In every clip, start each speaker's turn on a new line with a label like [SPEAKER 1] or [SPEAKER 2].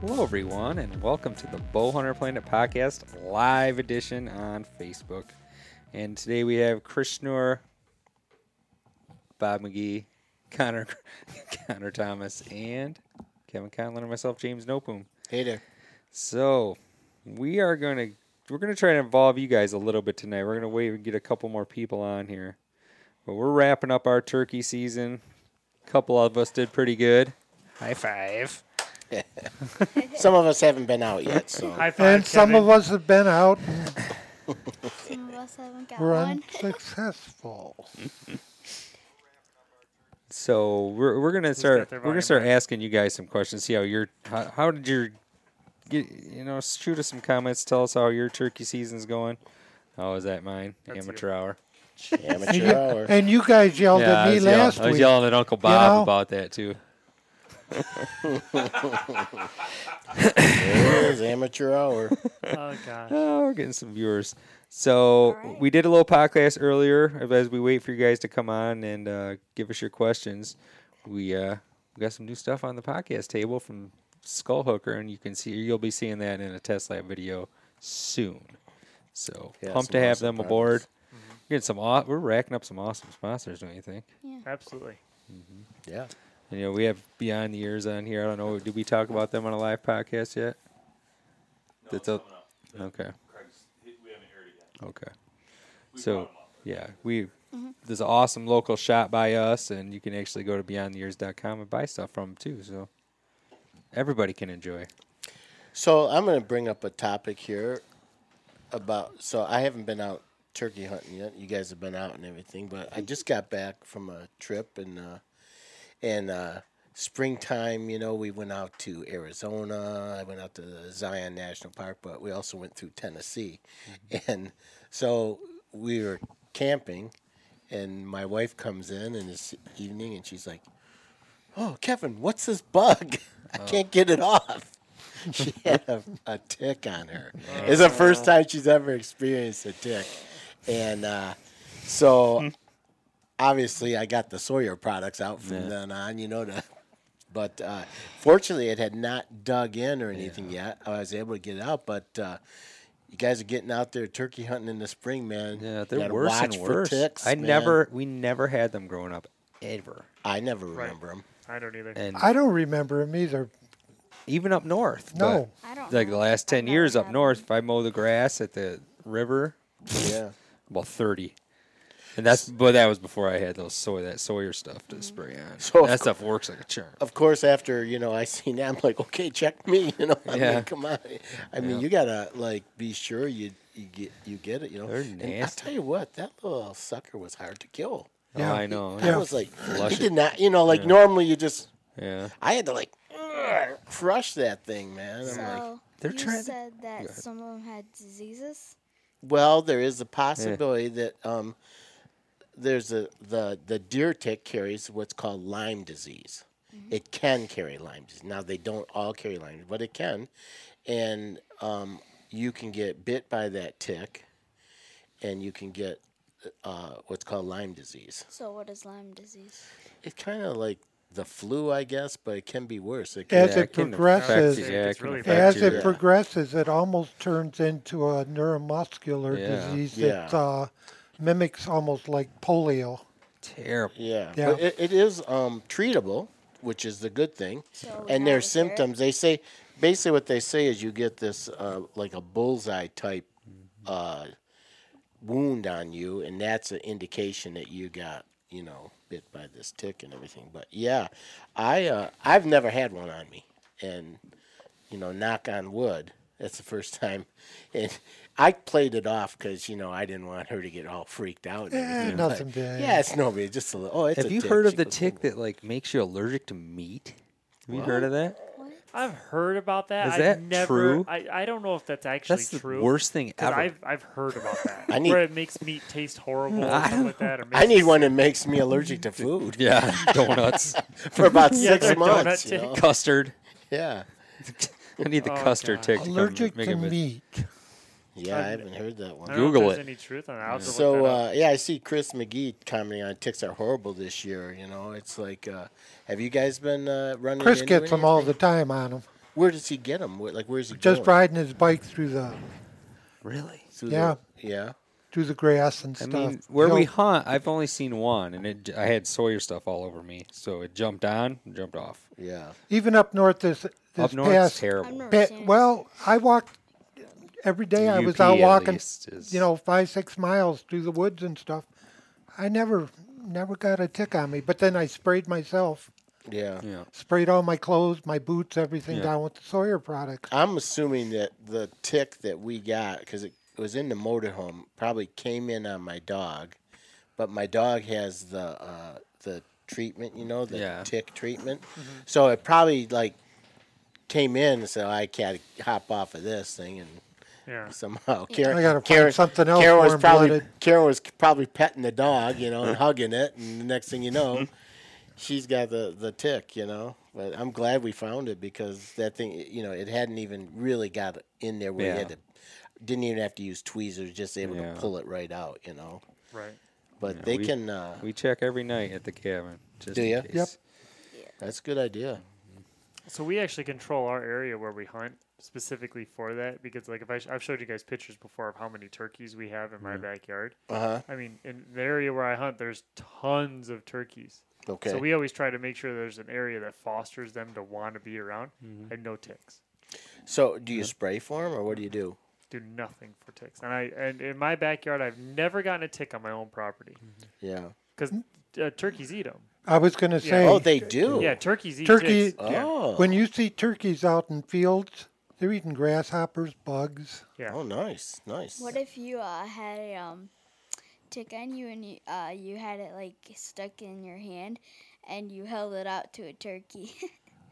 [SPEAKER 1] Hello, everyone, and welcome to the Bowhunter Planet Podcast live edition on Facebook. And today we have Krishnur, Bob McGee, Connor, Connor Thomas, and Kevin Conlon and myself, James Nopum.
[SPEAKER 2] Hey there.
[SPEAKER 1] So we are gonna we're gonna try to involve you guys a little bit tonight. We're gonna wait and get a couple more people on here, but we're wrapping up our turkey season. A couple of us did pretty good. High five.
[SPEAKER 2] Some of us haven't been out yet, so
[SPEAKER 3] High five,
[SPEAKER 4] And some
[SPEAKER 3] Kevin.
[SPEAKER 4] of us have been out and
[SPEAKER 5] Some of us haven't got
[SPEAKER 4] were
[SPEAKER 5] one.
[SPEAKER 4] unsuccessful.
[SPEAKER 1] So we're we're gonna start
[SPEAKER 3] got their
[SPEAKER 1] we're gonna
[SPEAKER 3] volume
[SPEAKER 1] start
[SPEAKER 3] up?
[SPEAKER 1] asking you guys some questions. See how your how, how did your get, you know shoot us some comments. Tell us how your turkey season's going. Oh, is that mine? Amateur hour.
[SPEAKER 2] amateur hour.
[SPEAKER 4] And you guys yelled
[SPEAKER 1] Yeah,
[SPEAKER 4] at
[SPEAKER 1] I
[SPEAKER 4] me
[SPEAKER 1] was, yelling,
[SPEAKER 4] last
[SPEAKER 1] I was
[SPEAKER 4] week.
[SPEAKER 1] yelling at Uncle Bob
[SPEAKER 4] know?
[SPEAKER 1] about that too.
[SPEAKER 2] It is amateur hour.
[SPEAKER 3] Oh gosh.
[SPEAKER 1] Oh, we're getting some viewers. So we did a little podcast earlier as we wait for you guys to come on and uh, give us your questions. We uh, we got some new stuff on the podcast table from Skullhooker, and you can see you'll be seeing that in a test lab video soon. So
[SPEAKER 2] Yeah,
[SPEAKER 1] pumped to
[SPEAKER 2] some
[SPEAKER 1] have them
[SPEAKER 2] awesome products.
[SPEAKER 1] aboard. We're getting some. Aw- we're racking up some awesome sponsors, don't you think?
[SPEAKER 3] Absolutely.
[SPEAKER 2] Yeah.
[SPEAKER 1] You know, we have Beyond the Years on here. I don't know. Did we talk about them on a live podcast yet? That's a, okay. Okay. so, yeah, we
[SPEAKER 5] Mm-hmm.
[SPEAKER 1] there's an awesome local shop by us, and you can actually go to beyondtheyears.com and buy stuff from 'em, too. So everybody can enjoy.
[SPEAKER 2] So I'm going to bring up a topic here about. So I haven't been out turkey hunting yet. You guys have been out and everything, but I just got back from a trip and uh, and uh, springtime. You know, we went out to Arizona. I went out to Zion National Park, but we also went through Tennessee, and so we were camping. And my wife comes in in this evening, and she's like, "Oh, Kevin, what's this bug?
[SPEAKER 1] Oh.
[SPEAKER 2] I can't get it off." she had a, a tick on her. It's
[SPEAKER 1] Oh.
[SPEAKER 2] the first time she's ever experienced a tick. And uh, so obviously I got the Sawyer products out from then on, you know, to, but uh, fortunately it had not dug in or anything yet. I was able to get it out, but uh, you guys are getting out there turkey hunting in the spring, man.
[SPEAKER 1] Yeah, they're
[SPEAKER 2] Gotta
[SPEAKER 1] worse
[SPEAKER 2] watch
[SPEAKER 1] and
[SPEAKER 2] for
[SPEAKER 1] worse.
[SPEAKER 2] ticks,
[SPEAKER 1] I
[SPEAKER 2] man.
[SPEAKER 1] never, we never had them growing up, ever.
[SPEAKER 2] I never remember them.
[SPEAKER 3] I don't either.
[SPEAKER 1] And
[SPEAKER 4] I don't remember him either.
[SPEAKER 1] even up north. but
[SPEAKER 4] No.
[SPEAKER 5] I don't
[SPEAKER 1] like
[SPEAKER 5] know.
[SPEAKER 1] the last
[SPEAKER 5] I've
[SPEAKER 1] 10
[SPEAKER 5] never
[SPEAKER 1] years up
[SPEAKER 5] had
[SPEAKER 1] north, if I mow the grass at the river,
[SPEAKER 2] Yeah.
[SPEAKER 1] Well, thirty. And that's but that was before I had those soy that Sawyer stuff
[SPEAKER 4] Mm-hmm.
[SPEAKER 1] to spray on.
[SPEAKER 2] So,
[SPEAKER 1] that
[SPEAKER 2] of
[SPEAKER 1] stuff works like a charm.
[SPEAKER 2] of course, after you know, I seen that. I'm like, okay, check me. You know, I
[SPEAKER 1] Yeah.
[SPEAKER 2] mean, come on. I mean, you gotta like be sure you you get you get it. You know,
[SPEAKER 1] They're
[SPEAKER 2] And I'll
[SPEAKER 1] nasty.
[SPEAKER 2] tell you what, that little sucker was hard to kill.
[SPEAKER 1] Oh, I know.
[SPEAKER 2] I
[SPEAKER 1] Yeah.
[SPEAKER 2] was like,
[SPEAKER 1] Flush
[SPEAKER 2] you
[SPEAKER 1] it.
[SPEAKER 2] did not. You know, like normally you just.
[SPEAKER 1] Yeah.
[SPEAKER 2] I had to like crush that thing, man. I'm
[SPEAKER 5] So
[SPEAKER 2] like,
[SPEAKER 1] They're
[SPEAKER 5] you
[SPEAKER 1] trying to-
[SPEAKER 5] said that some of them had diseases.
[SPEAKER 2] well, there is a possibility that um, there's a the the deer tick carries what's called Lyme disease. It can carry Lyme disease. Now they don't all carry Lyme, but it can, and um, you can get bit by that tick, and you can get uh, what's called Lyme disease.
[SPEAKER 5] So what is Lyme disease?
[SPEAKER 2] It's kind of like the flu, I guess, but it can be worse. It can
[SPEAKER 4] As
[SPEAKER 1] Yeah,
[SPEAKER 4] it
[SPEAKER 1] can affect
[SPEAKER 4] progresses,
[SPEAKER 1] you. Yeah, it
[SPEAKER 3] It's
[SPEAKER 1] can
[SPEAKER 3] really
[SPEAKER 1] affect
[SPEAKER 4] As
[SPEAKER 1] you.
[SPEAKER 4] it progresses, it almost turns into a neuromuscular
[SPEAKER 1] Yeah.
[SPEAKER 4] disease
[SPEAKER 2] Yeah.
[SPEAKER 4] that uh, mimics almost like polio.
[SPEAKER 1] Terrible.
[SPEAKER 2] Yeah,
[SPEAKER 4] Yeah.
[SPEAKER 2] but it, it is um, treatable, which is the good thing.
[SPEAKER 5] So we
[SPEAKER 2] and
[SPEAKER 5] gotta
[SPEAKER 2] their
[SPEAKER 5] cure it?
[SPEAKER 2] symptoms, they say, basically what they say is you get this uh, like a bullseye type uh, wound on you, and that's an indication that you got you know bit by this tick and everything. But yeah, I uh, I've never had one on me, and you know, knock on wood. That's the first time, and I played it off because you know I didn't want her to get all freaked out. and
[SPEAKER 4] Eh,
[SPEAKER 2] everything,
[SPEAKER 4] nothing
[SPEAKER 2] but-
[SPEAKER 4] big.
[SPEAKER 2] Yeah, it's no big. Just a little. Oh, it's
[SPEAKER 1] Have
[SPEAKER 2] a
[SPEAKER 1] you
[SPEAKER 2] tick.
[SPEAKER 1] heard of
[SPEAKER 2] She
[SPEAKER 1] the
[SPEAKER 2] goes,
[SPEAKER 1] tick that like makes you allergic to meat? Have you heard of that?
[SPEAKER 3] I've heard about that.
[SPEAKER 1] Is
[SPEAKER 3] I've
[SPEAKER 1] that
[SPEAKER 3] never,
[SPEAKER 1] true?
[SPEAKER 3] I, I don't know if that's actually
[SPEAKER 1] That's the
[SPEAKER 3] true.
[SPEAKER 1] worst thing
[SPEAKER 3] 'cause
[SPEAKER 1] ever.
[SPEAKER 3] I've I've heard about that.
[SPEAKER 2] I need-
[SPEAKER 3] where it makes meat taste horrible or something like that. Or
[SPEAKER 2] I
[SPEAKER 3] makes
[SPEAKER 2] need
[SPEAKER 3] it
[SPEAKER 2] one that makes me allergic to food
[SPEAKER 1] Yeah, donuts,
[SPEAKER 2] for about
[SPEAKER 3] Yeah,
[SPEAKER 2] six
[SPEAKER 3] that donut
[SPEAKER 2] months. you
[SPEAKER 3] tick.
[SPEAKER 2] know?
[SPEAKER 1] custard.
[SPEAKER 2] Yeah,
[SPEAKER 1] I need the
[SPEAKER 3] Oh,
[SPEAKER 1] custard
[SPEAKER 3] God.
[SPEAKER 1] tick. to come
[SPEAKER 4] Allergic
[SPEAKER 1] make
[SPEAKER 4] to
[SPEAKER 1] a bit-
[SPEAKER 4] meat.
[SPEAKER 2] yeah, I haven't heard that
[SPEAKER 3] I
[SPEAKER 2] one.
[SPEAKER 3] don't know if
[SPEAKER 1] Google
[SPEAKER 3] there's
[SPEAKER 1] it.
[SPEAKER 3] Any truth on that? I'll have to look
[SPEAKER 2] So
[SPEAKER 3] that up.
[SPEAKER 2] uh, yeah, I see Chris McGee commenting on ticks are horrible this year. You know, it's like, uh, have you guys been uh, running?
[SPEAKER 4] Chris
[SPEAKER 2] into
[SPEAKER 4] gets
[SPEAKER 2] any-
[SPEAKER 4] them all the time on him.
[SPEAKER 2] Where does he get them? Where, like, where's he
[SPEAKER 4] Just
[SPEAKER 2] going?
[SPEAKER 4] riding his bike through the
[SPEAKER 1] Really?
[SPEAKER 2] Through
[SPEAKER 4] yeah.
[SPEAKER 2] The, yeah.
[SPEAKER 4] through the grass and
[SPEAKER 1] I
[SPEAKER 4] stuff.
[SPEAKER 1] mean, where we
[SPEAKER 4] He'll-
[SPEAKER 1] hunt, I've only seen one, and it, I had Sawyer stuff all over me, so it jumped on, and jumped off.
[SPEAKER 2] Yeah.
[SPEAKER 4] even up north this this
[SPEAKER 1] Up north, it's
[SPEAKER 4] past
[SPEAKER 5] I've
[SPEAKER 1] terrible.
[SPEAKER 5] never
[SPEAKER 4] pa-
[SPEAKER 5] seen it.
[SPEAKER 4] Eh, well, I walked every day. I was
[SPEAKER 1] UP
[SPEAKER 4] out
[SPEAKER 1] at
[SPEAKER 4] walking,
[SPEAKER 1] least is-
[SPEAKER 4] you know, five six miles through the woods and stuff. I never never got a tick on me, but then I sprayed myself,
[SPEAKER 2] Yeah.
[SPEAKER 1] Yeah.
[SPEAKER 4] sprayed all my clothes, my boots, everything
[SPEAKER 1] Yeah.
[SPEAKER 4] down with the Sawyer products.
[SPEAKER 2] I'm assuming that the tick that we got, because it was in the motorhome, probably came in on my dog, but my dog has the uh, the treatment, you know, the
[SPEAKER 1] Yeah.
[SPEAKER 2] tick treatment. So it probably like came in and said, "Oh, I can't hop off of this thing and
[SPEAKER 3] yeah.
[SPEAKER 2] somehow Karen,
[SPEAKER 4] I gotta find
[SPEAKER 2] Karen,
[SPEAKER 4] something else
[SPEAKER 2] Karen was
[SPEAKER 4] warm
[SPEAKER 2] probably
[SPEAKER 4] blooded.
[SPEAKER 2] Karen was probably petting the dog, you know, and hugging it, and the next thing you know, she's got the the tick, you know. But I'm glad we found it because that thing, you know, it hadn't even really got in there where you had
[SPEAKER 1] Yeah.
[SPEAKER 2] to, didn't even have to use tweezers, just able
[SPEAKER 1] Yeah.
[SPEAKER 2] to pull it right out, you know.
[SPEAKER 3] Right.
[SPEAKER 2] But they
[SPEAKER 1] we-
[SPEAKER 2] can. Uh,
[SPEAKER 1] We check every night at the cabin. Just
[SPEAKER 2] Do
[SPEAKER 1] in
[SPEAKER 2] ya?
[SPEAKER 1] case.
[SPEAKER 4] Yep.
[SPEAKER 2] that's a good idea.
[SPEAKER 3] So we actually control our area where we hunt specifically for that because, like, if I sh- I've showed you guys pictures before of how many turkeys we have in my
[SPEAKER 1] Mm-hmm.
[SPEAKER 3] backyard.
[SPEAKER 2] Uh huh.
[SPEAKER 3] I mean, in the area where I hunt, there's tons of turkeys.
[SPEAKER 2] Okay.
[SPEAKER 3] So we always try to make sure there's an area that fosters them to want to be around.
[SPEAKER 2] Mm-hmm.
[SPEAKER 3] I have no ticks.
[SPEAKER 2] so do you spray for them or what do you do?
[SPEAKER 3] Do nothing for ticks. And I and in my backyard, I've never gotten a tick on my own property
[SPEAKER 2] Mm. Yeah.
[SPEAKER 3] because uh, turkeys eat them.
[SPEAKER 4] I was going to say,
[SPEAKER 2] Oh, they do.
[SPEAKER 3] Yeah, turkeys eat
[SPEAKER 4] Turkey-
[SPEAKER 3] ticks. Yeah.
[SPEAKER 2] Oh.
[SPEAKER 4] when you see turkeys out in fields, they're eating grasshoppers, bugs.
[SPEAKER 3] yeah.
[SPEAKER 2] oh, nice, nice.
[SPEAKER 5] What if you uh, had a um, tick on you and you, uh, you had it like stuck in your hand and you held it out to a turkey?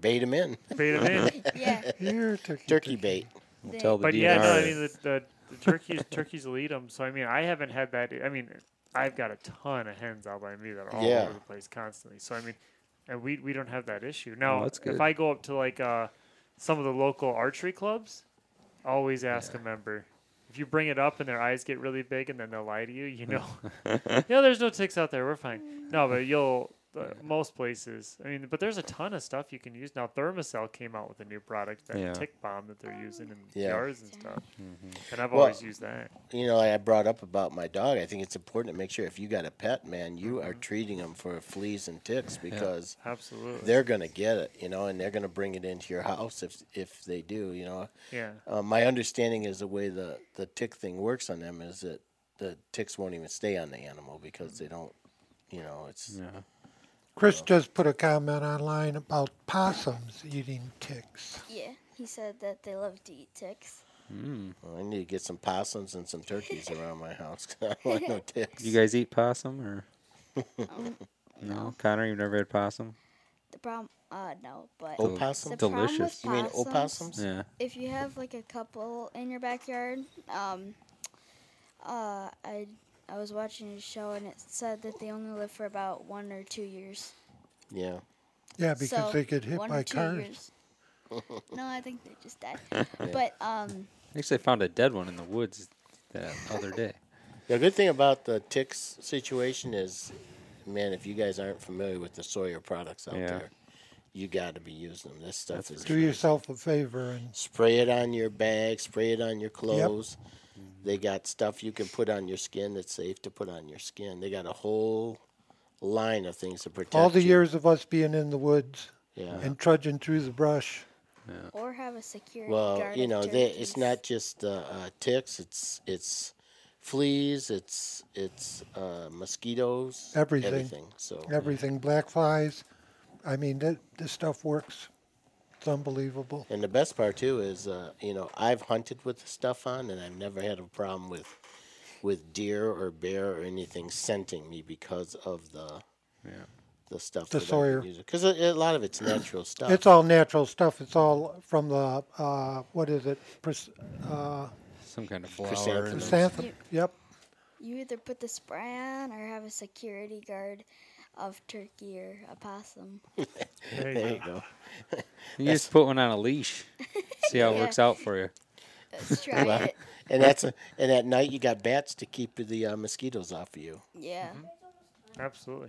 [SPEAKER 2] Bait them in.
[SPEAKER 3] Bait 'em in.
[SPEAKER 5] yeah.
[SPEAKER 4] Here, turkey.
[SPEAKER 2] Turkey bait.
[SPEAKER 5] They,
[SPEAKER 1] Tell the
[SPEAKER 3] But
[SPEAKER 1] DNR.
[SPEAKER 3] yeah, no, I
[SPEAKER 1] that-
[SPEAKER 3] mean the, the, the turkeys turkeys will eat them. So I mean, I haven't had that. I mean, I've got a ton of hens out by me that are all
[SPEAKER 2] Yeah.
[SPEAKER 3] over the place constantly. So I mean, and we we don't have that issue. Now,
[SPEAKER 1] that's
[SPEAKER 3] if
[SPEAKER 1] good.
[SPEAKER 3] I go up to like uh, some of the local archery clubs, always ask a member. If you bring it up and their eyes get really big and then they'll lie to you, you know, you know, there's no ticks out there. We're fine. No, but you'll. Uh, most places, I mean, but there's a ton of stuff you can use now. Thermacell came out with a new product, that
[SPEAKER 1] Yeah.
[SPEAKER 3] tick bomb that they're using in
[SPEAKER 2] Yeah. Mm-hmm.
[SPEAKER 3] jars and stuff. And I've
[SPEAKER 2] Well-
[SPEAKER 3] always used that.
[SPEAKER 2] you know, like I brought up about my dog. I think it's important to make sure if you got a pet, man, you are treating them for fleas and ticks because
[SPEAKER 3] Absolutely.
[SPEAKER 2] they're gonna get it, you know, and they're gonna bring it into your house if if they do, you know.
[SPEAKER 3] yeah.
[SPEAKER 2] Uh, my understanding is the way the the tick thing works on them is that the ticks won't even stay on the animal because they don't, you know, it's
[SPEAKER 4] Chris just put a comment online about possums eating ticks.
[SPEAKER 5] yeah. He said that they love to eat ticks.
[SPEAKER 2] well, I need to get some possums and some turkeys around my house 'cause I don't like no ticks.
[SPEAKER 1] You guys eat possum or? no, Connor, you've never had possum.
[SPEAKER 5] The problem, uh, no, but
[SPEAKER 2] Opossum?
[SPEAKER 5] the problem with
[SPEAKER 1] Delicious.
[SPEAKER 2] You mean opossums?
[SPEAKER 1] Yeah.
[SPEAKER 5] if you have like a couple in your backyard, um, uh, I I was watching a show and it said that they only live for about one or two years.
[SPEAKER 2] Yeah.
[SPEAKER 4] Yeah, because
[SPEAKER 5] So,
[SPEAKER 4] they get hit
[SPEAKER 5] one or
[SPEAKER 4] by
[SPEAKER 5] two
[SPEAKER 4] cars.
[SPEAKER 5] years. no, I think they just died. But um,
[SPEAKER 1] Actually, I found a dead one in the woods that other day.
[SPEAKER 2] The good thing about the ticks situation is, man, if you guys aren't familiar with the Sawyer products out
[SPEAKER 1] Yeah.
[SPEAKER 2] there, you got to be using them. This stuff is
[SPEAKER 4] Do yourself a favor and
[SPEAKER 2] spray it on your bag, spray it on your clothes. They got stuff you can put on your skin that's safe to put on your skin. They got a whole line of things to protect.
[SPEAKER 4] All the
[SPEAKER 2] you.
[SPEAKER 4] years of us being in the woods
[SPEAKER 2] Yeah.
[SPEAKER 4] and trudging through the brush.
[SPEAKER 5] or have a security
[SPEAKER 2] Well,
[SPEAKER 5] guard.
[SPEAKER 2] you
[SPEAKER 5] of
[SPEAKER 2] know, they, it's
[SPEAKER 5] turkeys.
[SPEAKER 2] not just uh, uh, ticks. It's it's fleas. It's it's uh, mosquitoes.
[SPEAKER 4] Everything.
[SPEAKER 2] Everything. So
[SPEAKER 4] Everything, black flies. I mean, that, this stuff works. It's unbelievable.
[SPEAKER 2] And the best part too is, uh, you know, I've hunted with the stuff on, and I've never had a problem with with deer or bear or anything scenting me because of the
[SPEAKER 1] Yeah.
[SPEAKER 2] the stuff.
[SPEAKER 4] The Sawyer.
[SPEAKER 2] Because a, a lot of it's natural stuff.
[SPEAKER 4] It's all natural stuff. It's all from the uh, what is it? Pres- uh,
[SPEAKER 1] Some kind of flower.
[SPEAKER 2] Chrysanthemum.
[SPEAKER 1] and-
[SPEAKER 4] chrysanthemum. Yep.
[SPEAKER 5] You either put the spray on or have a security guard of turkey or a possum.
[SPEAKER 3] There
[SPEAKER 2] there
[SPEAKER 3] you go.
[SPEAKER 2] you go.
[SPEAKER 1] You just put one on a leash. See how it works out for you.
[SPEAKER 5] Let's try it.
[SPEAKER 2] And that's a, and at night you got bats to keep the uh, mosquitoes off of you
[SPEAKER 5] Yeah.
[SPEAKER 3] Absolutely.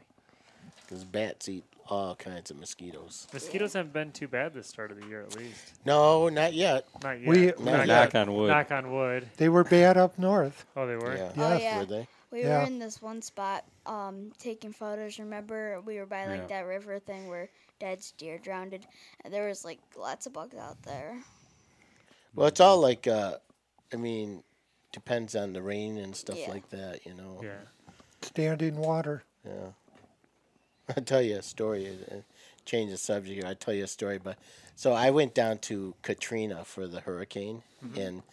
[SPEAKER 2] because bats eat all kinds of mosquitoes.
[SPEAKER 3] Mosquitoes haven't been too bad this start of the year, at least.
[SPEAKER 2] No, not yet.
[SPEAKER 3] Not yet.
[SPEAKER 4] We-
[SPEAKER 2] Not yet.
[SPEAKER 3] Not
[SPEAKER 1] Knock on wood.
[SPEAKER 3] Knock on wood.
[SPEAKER 4] They were bad up north.
[SPEAKER 3] Oh, they were.
[SPEAKER 2] Yeah.
[SPEAKER 5] Oh
[SPEAKER 4] Yes.
[SPEAKER 5] yeah.
[SPEAKER 2] Were they?
[SPEAKER 5] We
[SPEAKER 4] Yeah.
[SPEAKER 5] were in this one spot, um, taking photos. Remember, we were by like
[SPEAKER 1] Yeah.
[SPEAKER 5] that river thing where Dad's deer drowned, and there was like lots of bugs out there.
[SPEAKER 2] Well, it's all like, uh, I mean, depends on the rain and stuff
[SPEAKER 5] Yeah.
[SPEAKER 2] like that, you know.
[SPEAKER 3] Yeah.
[SPEAKER 4] Standing water.
[SPEAKER 2] Yeah. I'll tell you a story. uh, Change the subject here. I'll tell you a story. But so I went down to Katrina for the hurricane, and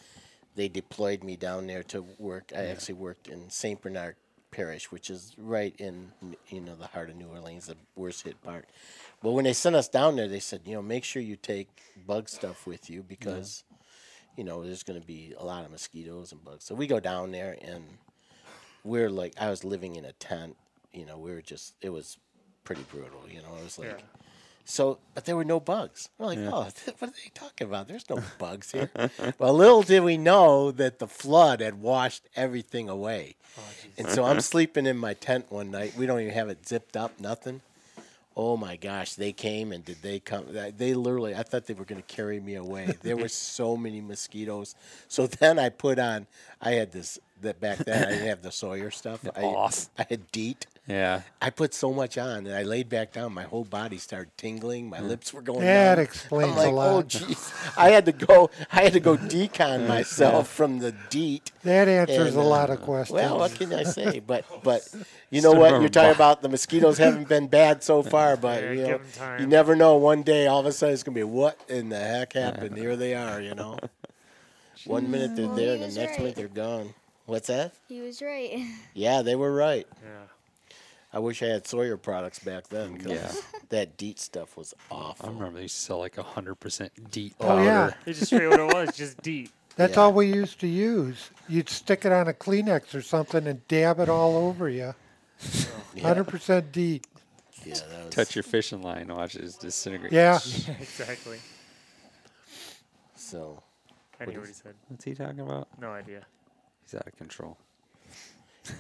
[SPEAKER 2] they deployed me down there to work. I actually worked in St. Bernard Parish, which is right in you know the heart of New Orleans, the worst hit part. But when they sent us down there, they said, you know, make sure you take bug stuff with you because you know there's going to be a lot of mosquitoes and bugs. So we go down there and we're like I was living in a tent, you know, we were just it was pretty brutal, you know. It was like
[SPEAKER 3] Yeah.
[SPEAKER 2] so but there were no bugs. We're like, oh what are they talking about? There's no bugs here. well little did we know that the flood had washed everything away. and so I'm sleeping in my tent one night. We don't even have it zipped up, nothing. Oh my gosh, they came and did they come? They- They literally, I thought they were going to carry me away. There were so many mosquitoes. So then I put on, I had this, that back then I didn't have the Sawyer stuff. I,
[SPEAKER 1] Off.
[SPEAKER 2] I had DEET.
[SPEAKER 1] Yeah.
[SPEAKER 2] I put so much on and I laid back down. My whole body started tingling. My lips were going
[SPEAKER 4] Mm. That
[SPEAKER 2] numb.
[SPEAKER 4] explains
[SPEAKER 2] I'm
[SPEAKER 4] a
[SPEAKER 2] like, Oh,
[SPEAKER 4] lot."
[SPEAKER 2] jeez. I had to go, I had to go decon myself from the DEET.
[SPEAKER 4] That answers
[SPEAKER 2] And,
[SPEAKER 4] a
[SPEAKER 2] uh,
[SPEAKER 4] lot of questions.
[SPEAKER 2] Well, what can I say? But but you know what? You're talking about the mosquitoes haven't been bad so far, but
[SPEAKER 3] Yeah,
[SPEAKER 2] you
[SPEAKER 3] give
[SPEAKER 2] know,
[SPEAKER 3] 'em time.
[SPEAKER 2] you never know. One day, all of a sudden, it's gonna be what in the heck happened? Here they are, you know. One minute they're
[SPEAKER 5] Well,
[SPEAKER 2] there,
[SPEAKER 5] he
[SPEAKER 2] the
[SPEAKER 5] was
[SPEAKER 2] next minute
[SPEAKER 5] right.
[SPEAKER 2] they're gone. What's that?
[SPEAKER 5] He was right.
[SPEAKER 2] Yeah, they were right.
[SPEAKER 3] Yeah.
[SPEAKER 2] I wish I had Sawyer products back then because
[SPEAKER 1] Yeah.
[SPEAKER 2] that DEET stuff was
[SPEAKER 1] I
[SPEAKER 2] awful.
[SPEAKER 1] remember they used to sell like 100% deep
[SPEAKER 4] oh,
[SPEAKER 1] powder.
[SPEAKER 4] yeah.
[SPEAKER 3] It's just straight what it was, just deep.
[SPEAKER 4] That's
[SPEAKER 2] Yeah.
[SPEAKER 4] all we used to use. You'd stick it on a Kleenex or something and dab it all over you.
[SPEAKER 2] Yeah,
[SPEAKER 4] 100% D.
[SPEAKER 2] yeah, that was-
[SPEAKER 1] Touch your fishing line, watch it just disintegrate.
[SPEAKER 4] Yeah.
[SPEAKER 3] Exactly.
[SPEAKER 2] So
[SPEAKER 3] I knew what he said.
[SPEAKER 1] What's he talking about?
[SPEAKER 3] No idea.
[SPEAKER 1] He's out of control. so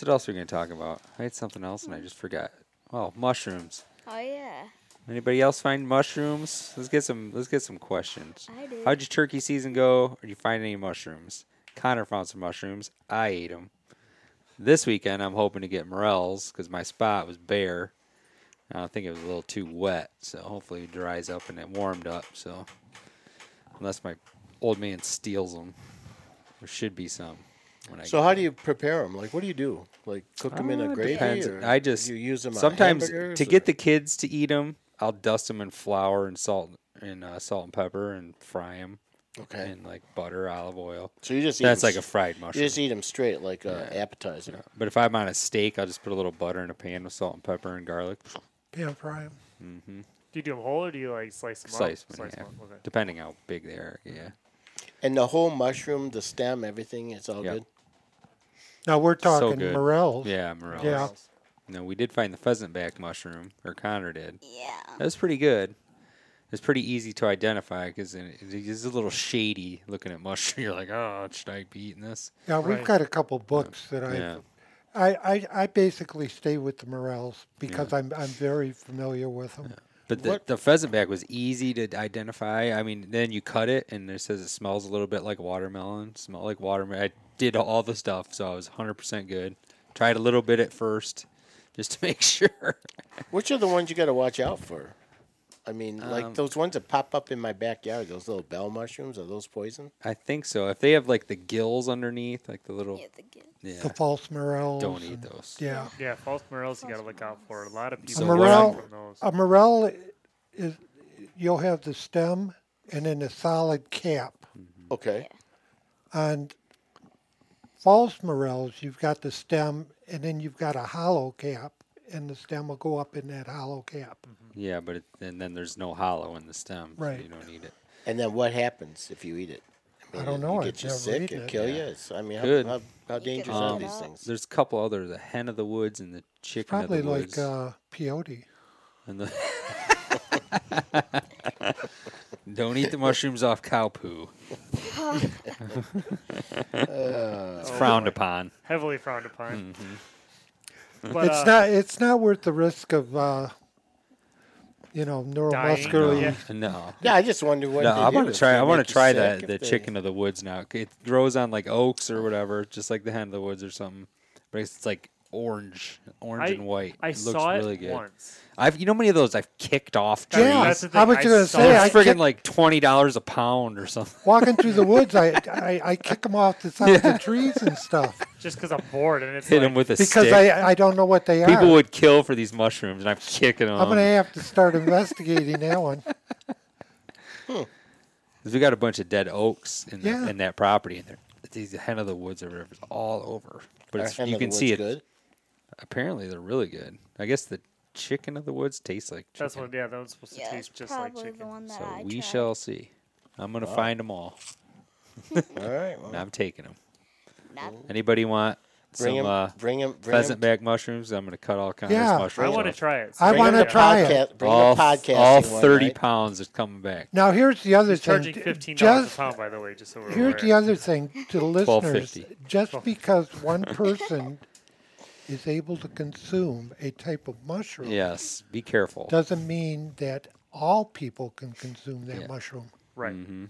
[SPEAKER 1] what else are we gonna talk about? I had something else and I just forgot. Oh, mushrooms.
[SPEAKER 5] oh yeah.
[SPEAKER 1] Anybody else find mushrooms? Let's get some. Let's get some questions.
[SPEAKER 5] I did.
[SPEAKER 1] How'd your turkey season go? Did you find any mushrooms? Connor found some mushrooms. I ate them. This weekend, I'm hoping to get morels because my spot was bare. I think it was a little too wet, so hopefully it dries up and it warmed up. So, unless my old man steals them, there should be some. When I
[SPEAKER 2] so
[SPEAKER 1] get
[SPEAKER 2] how
[SPEAKER 1] there.
[SPEAKER 2] do you prepare them? Like, what do you do? Like cook them in
[SPEAKER 1] Uh,
[SPEAKER 2] a
[SPEAKER 1] it
[SPEAKER 2] gravy?
[SPEAKER 1] depends.
[SPEAKER 2] Or
[SPEAKER 1] I just
[SPEAKER 2] you use them
[SPEAKER 1] sometimes
[SPEAKER 2] on
[SPEAKER 1] to
[SPEAKER 2] hamburgers
[SPEAKER 1] get
[SPEAKER 2] or-
[SPEAKER 1] the kids to eat them. I'll dust them in flour and salt and uh, salt and pepper and fry them
[SPEAKER 2] okay.
[SPEAKER 1] in like butter, olive oil.
[SPEAKER 2] So you just eat
[SPEAKER 1] That's
[SPEAKER 2] them
[SPEAKER 1] like a
[SPEAKER 2] s-
[SPEAKER 1] fried
[SPEAKER 2] You
[SPEAKER 1] mushroom.
[SPEAKER 2] just eat them straight like an appetizer.
[SPEAKER 1] But if I'm on a steak, I'll just put a little butter in a pan with salt and pepper and garlic.
[SPEAKER 4] Pan fry 'em.
[SPEAKER 3] Do you do them whole or do you like slice them
[SPEAKER 1] Slice,
[SPEAKER 3] up?
[SPEAKER 1] them, yeah.
[SPEAKER 3] 'em up, Okay.
[SPEAKER 1] depending how big they are. Yeah,
[SPEAKER 2] And the whole mushroom, the stem, everything, it's all
[SPEAKER 1] Yeah.
[SPEAKER 2] good.
[SPEAKER 4] Now we're talking
[SPEAKER 1] good.
[SPEAKER 4] morels.
[SPEAKER 1] yeah, morels.
[SPEAKER 4] Yeah.
[SPEAKER 1] No, we did find the pheasant back mushroom, or Connor did.
[SPEAKER 5] Yeah.
[SPEAKER 1] That was pretty good. It's pretty easy to identify because it's a little shady looking at mushroom. You're like, oh, should I be eating this?
[SPEAKER 4] Now we've
[SPEAKER 3] Right.
[SPEAKER 4] got a couple books that I,
[SPEAKER 1] Yeah.
[SPEAKER 4] I, I I basically stay with the morels because I'm I'm very familiar with them.
[SPEAKER 1] But the,
[SPEAKER 2] What-
[SPEAKER 1] the pheasant back was easy to identify. I mean, then you cut it, and it says it smells a little bit like watermelon. Smell like watermelon. I did all the stuff, so I was 100% good. Tried a little bit at first, just to make sure.
[SPEAKER 2] Which are the ones you got to watch out for? I mean,
[SPEAKER 1] Um,
[SPEAKER 2] like those ones that pop up in my backyard, those little bell mushrooms, are those poison?
[SPEAKER 1] I think so. If they have like the gills underneath, like the little
[SPEAKER 5] Yeah, the gill.
[SPEAKER 1] yeah,
[SPEAKER 4] The false morels.
[SPEAKER 1] don't eat
[SPEAKER 4] and-
[SPEAKER 1] those.
[SPEAKER 4] Yeah.
[SPEAKER 3] Yeah, false morels you got to look out for. A lot of people.
[SPEAKER 4] A
[SPEAKER 1] So what
[SPEAKER 4] morel,
[SPEAKER 3] don't know.
[SPEAKER 4] a morel is you'll have the stem and then a solid cap.
[SPEAKER 1] Mm.
[SPEAKER 2] Okay.
[SPEAKER 4] On false morels, you've got the stem and then you've got a hollow cap, and the stem will go up in that hollow cap.
[SPEAKER 1] Yeah, but it, and then there's no hollow in the stem, so
[SPEAKER 4] Right.
[SPEAKER 1] you don't eat it.
[SPEAKER 2] And then what happens if you eat it?
[SPEAKER 4] I don't know.
[SPEAKER 2] You
[SPEAKER 4] I've
[SPEAKER 2] get you
[SPEAKER 4] never
[SPEAKER 2] sick.
[SPEAKER 4] eaten
[SPEAKER 2] It
[SPEAKER 4] it.
[SPEAKER 2] kill you. It's, I mean, how,
[SPEAKER 1] Good.
[SPEAKER 2] how, how dangerous
[SPEAKER 5] Um,
[SPEAKER 2] are these things?
[SPEAKER 1] There's a couple other, the hen of the woods and the chicken
[SPEAKER 4] Probably
[SPEAKER 1] of the woods.
[SPEAKER 4] like uh, peyote.
[SPEAKER 1] and the don't eat the mushrooms off cow poo. it's frowned upon.
[SPEAKER 3] Heavily frowned upon.
[SPEAKER 1] Mm-hmm.
[SPEAKER 3] But,
[SPEAKER 4] it's
[SPEAKER 3] uh,
[SPEAKER 4] not. It's not worth the risk of, uh, you know,
[SPEAKER 1] No,
[SPEAKER 4] neuromuscular.
[SPEAKER 3] Yeah.
[SPEAKER 1] no.
[SPEAKER 2] Oh, Yeah, I just wonder what.
[SPEAKER 1] No,
[SPEAKER 2] they
[SPEAKER 1] I
[SPEAKER 2] do,
[SPEAKER 1] want to
[SPEAKER 2] if
[SPEAKER 1] try.
[SPEAKER 2] they
[SPEAKER 1] I want
[SPEAKER 2] make
[SPEAKER 1] to
[SPEAKER 2] you
[SPEAKER 1] try
[SPEAKER 2] sick,
[SPEAKER 1] the
[SPEAKER 2] if
[SPEAKER 1] the
[SPEAKER 2] they-
[SPEAKER 1] chicken of the woods now. It grows on like oaks or whatever, just like the hen of the woods or something. But it's like orange, orange
[SPEAKER 3] I-
[SPEAKER 1] and white.
[SPEAKER 3] I
[SPEAKER 1] it looks
[SPEAKER 3] saw
[SPEAKER 1] really
[SPEAKER 3] it
[SPEAKER 1] good.
[SPEAKER 3] once.
[SPEAKER 1] I've you know how many of those I've kicked off trees.
[SPEAKER 4] Yeah,
[SPEAKER 3] That's the
[SPEAKER 4] I
[SPEAKER 3] thing,
[SPEAKER 4] was
[SPEAKER 3] I
[SPEAKER 4] gonna
[SPEAKER 3] saw
[SPEAKER 4] say.
[SPEAKER 3] it.
[SPEAKER 4] I
[SPEAKER 1] It's friggin'
[SPEAKER 4] kick,
[SPEAKER 1] like twenty dollars a pound or something.
[SPEAKER 4] walking through the woods, I, I, I kick them off the side of the trees and stuff
[SPEAKER 3] Just because I'm bored and it's
[SPEAKER 1] Hit
[SPEAKER 3] like,
[SPEAKER 1] them with a
[SPEAKER 4] because
[SPEAKER 1] stick.
[SPEAKER 4] I, I don't know what they
[SPEAKER 1] People
[SPEAKER 4] are.
[SPEAKER 1] would Um. kill for these mushrooms, and I'm kicking them.
[SPEAKER 4] I'm gonna have to start investigating that one.
[SPEAKER 1] 'Cause we got a bunch of dead oaks in, the,
[SPEAKER 4] Yeah.
[SPEAKER 1] in that property, and they're these hen of the woods or whatever's all over. But
[SPEAKER 2] Are
[SPEAKER 1] it's,
[SPEAKER 2] hen
[SPEAKER 1] you
[SPEAKER 2] of the
[SPEAKER 1] can see it.
[SPEAKER 2] woods Good.
[SPEAKER 1] Apparently, they're really good. I guess the chicken of the woods tastes like chicken.
[SPEAKER 3] That's what, yeah, that one's supposed to
[SPEAKER 5] Yeah, that's
[SPEAKER 3] taste just like
[SPEAKER 5] probably the
[SPEAKER 3] chicken.
[SPEAKER 5] one that
[SPEAKER 1] so
[SPEAKER 5] I
[SPEAKER 1] we
[SPEAKER 5] tried.
[SPEAKER 1] shall see. I'm gonna 'em find them all,
[SPEAKER 2] All right. Well,
[SPEAKER 1] and I'm taking them.
[SPEAKER 5] Not
[SPEAKER 1] Anybody want
[SPEAKER 2] bring
[SPEAKER 1] some
[SPEAKER 2] him.
[SPEAKER 1] uh,
[SPEAKER 2] bring him. Bring
[SPEAKER 1] pheasant
[SPEAKER 2] him.
[SPEAKER 1] back mushrooms? I'm gonna cut all kinds
[SPEAKER 4] Yeah.
[SPEAKER 1] of mushrooms.
[SPEAKER 3] I want to
[SPEAKER 1] off.
[SPEAKER 3] try it.
[SPEAKER 4] I
[SPEAKER 3] Bring
[SPEAKER 4] wanna
[SPEAKER 3] it up.
[SPEAKER 4] try- it.
[SPEAKER 2] Podcast, bring
[SPEAKER 1] all,
[SPEAKER 2] the podcast.
[SPEAKER 1] all
[SPEAKER 2] one,
[SPEAKER 1] thirty
[SPEAKER 2] right?
[SPEAKER 1] pounds is coming back.
[SPEAKER 4] Now here's the other
[SPEAKER 3] He's charging
[SPEAKER 4] thing.
[SPEAKER 3] fifteen dollars a
[SPEAKER 4] Just
[SPEAKER 3] pound, by the way, just so we're
[SPEAKER 4] here's the
[SPEAKER 3] aware.
[SPEAKER 4] other thing to the listeners.
[SPEAKER 1] $12.50.
[SPEAKER 4] Just because one person is able to consume a type of mushroom
[SPEAKER 1] Yes, be careful.
[SPEAKER 4] doesn't mean that all people can consume that
[SPEAKER 1] Yeah.
[SPEAKER 4] mushroom.
[SPEAKER 3] right.
[SPEAKER 1] Mm-hmm.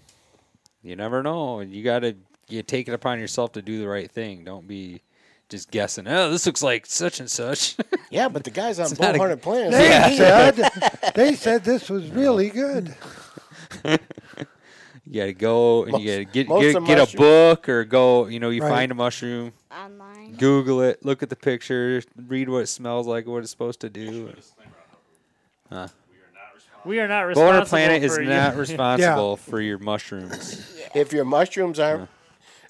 [SPEAKER 1] you never know and you gotta you take it upon yourself to do the right thing don't be just guessing oh this looks like such and such
[SPEAKER 2] Yeah, but the guys on
[SPEAKER 1] not a-
[SPEAKER 2] 400 Planets.
[SPEAKER 4] They
[SPEAKER 1] Yeah.
[SPEAKER 4] said they said this was really good.
[SPEAKER 1] you gotta go and you
[SPEAKER 2] Most-
[SPEAKER 1] gotta get
[SPEAKER 2] most
[SPEAKER 1] get,
[SPEAKER 2] of
[SPEAKER 1] get a
[SPEAKER 2] mushroom-
[SPEAKER 1] book or go you know you
[SPEAKER 4] Right.
[SPEAKER 1] find a mushroom
[SPEAKER 5] online.
[SPEAKER 1] google it look at the picture read what it smells like what it's supposed to do
[SPEAKER 3] We are not responsible.
[SPEAKER 1] Boner planet is
[SPEAKER 3] for you-
[SPEAKER 1] not responsible for your mushrooms
[SPEAKER 2] If your mushrooms aren't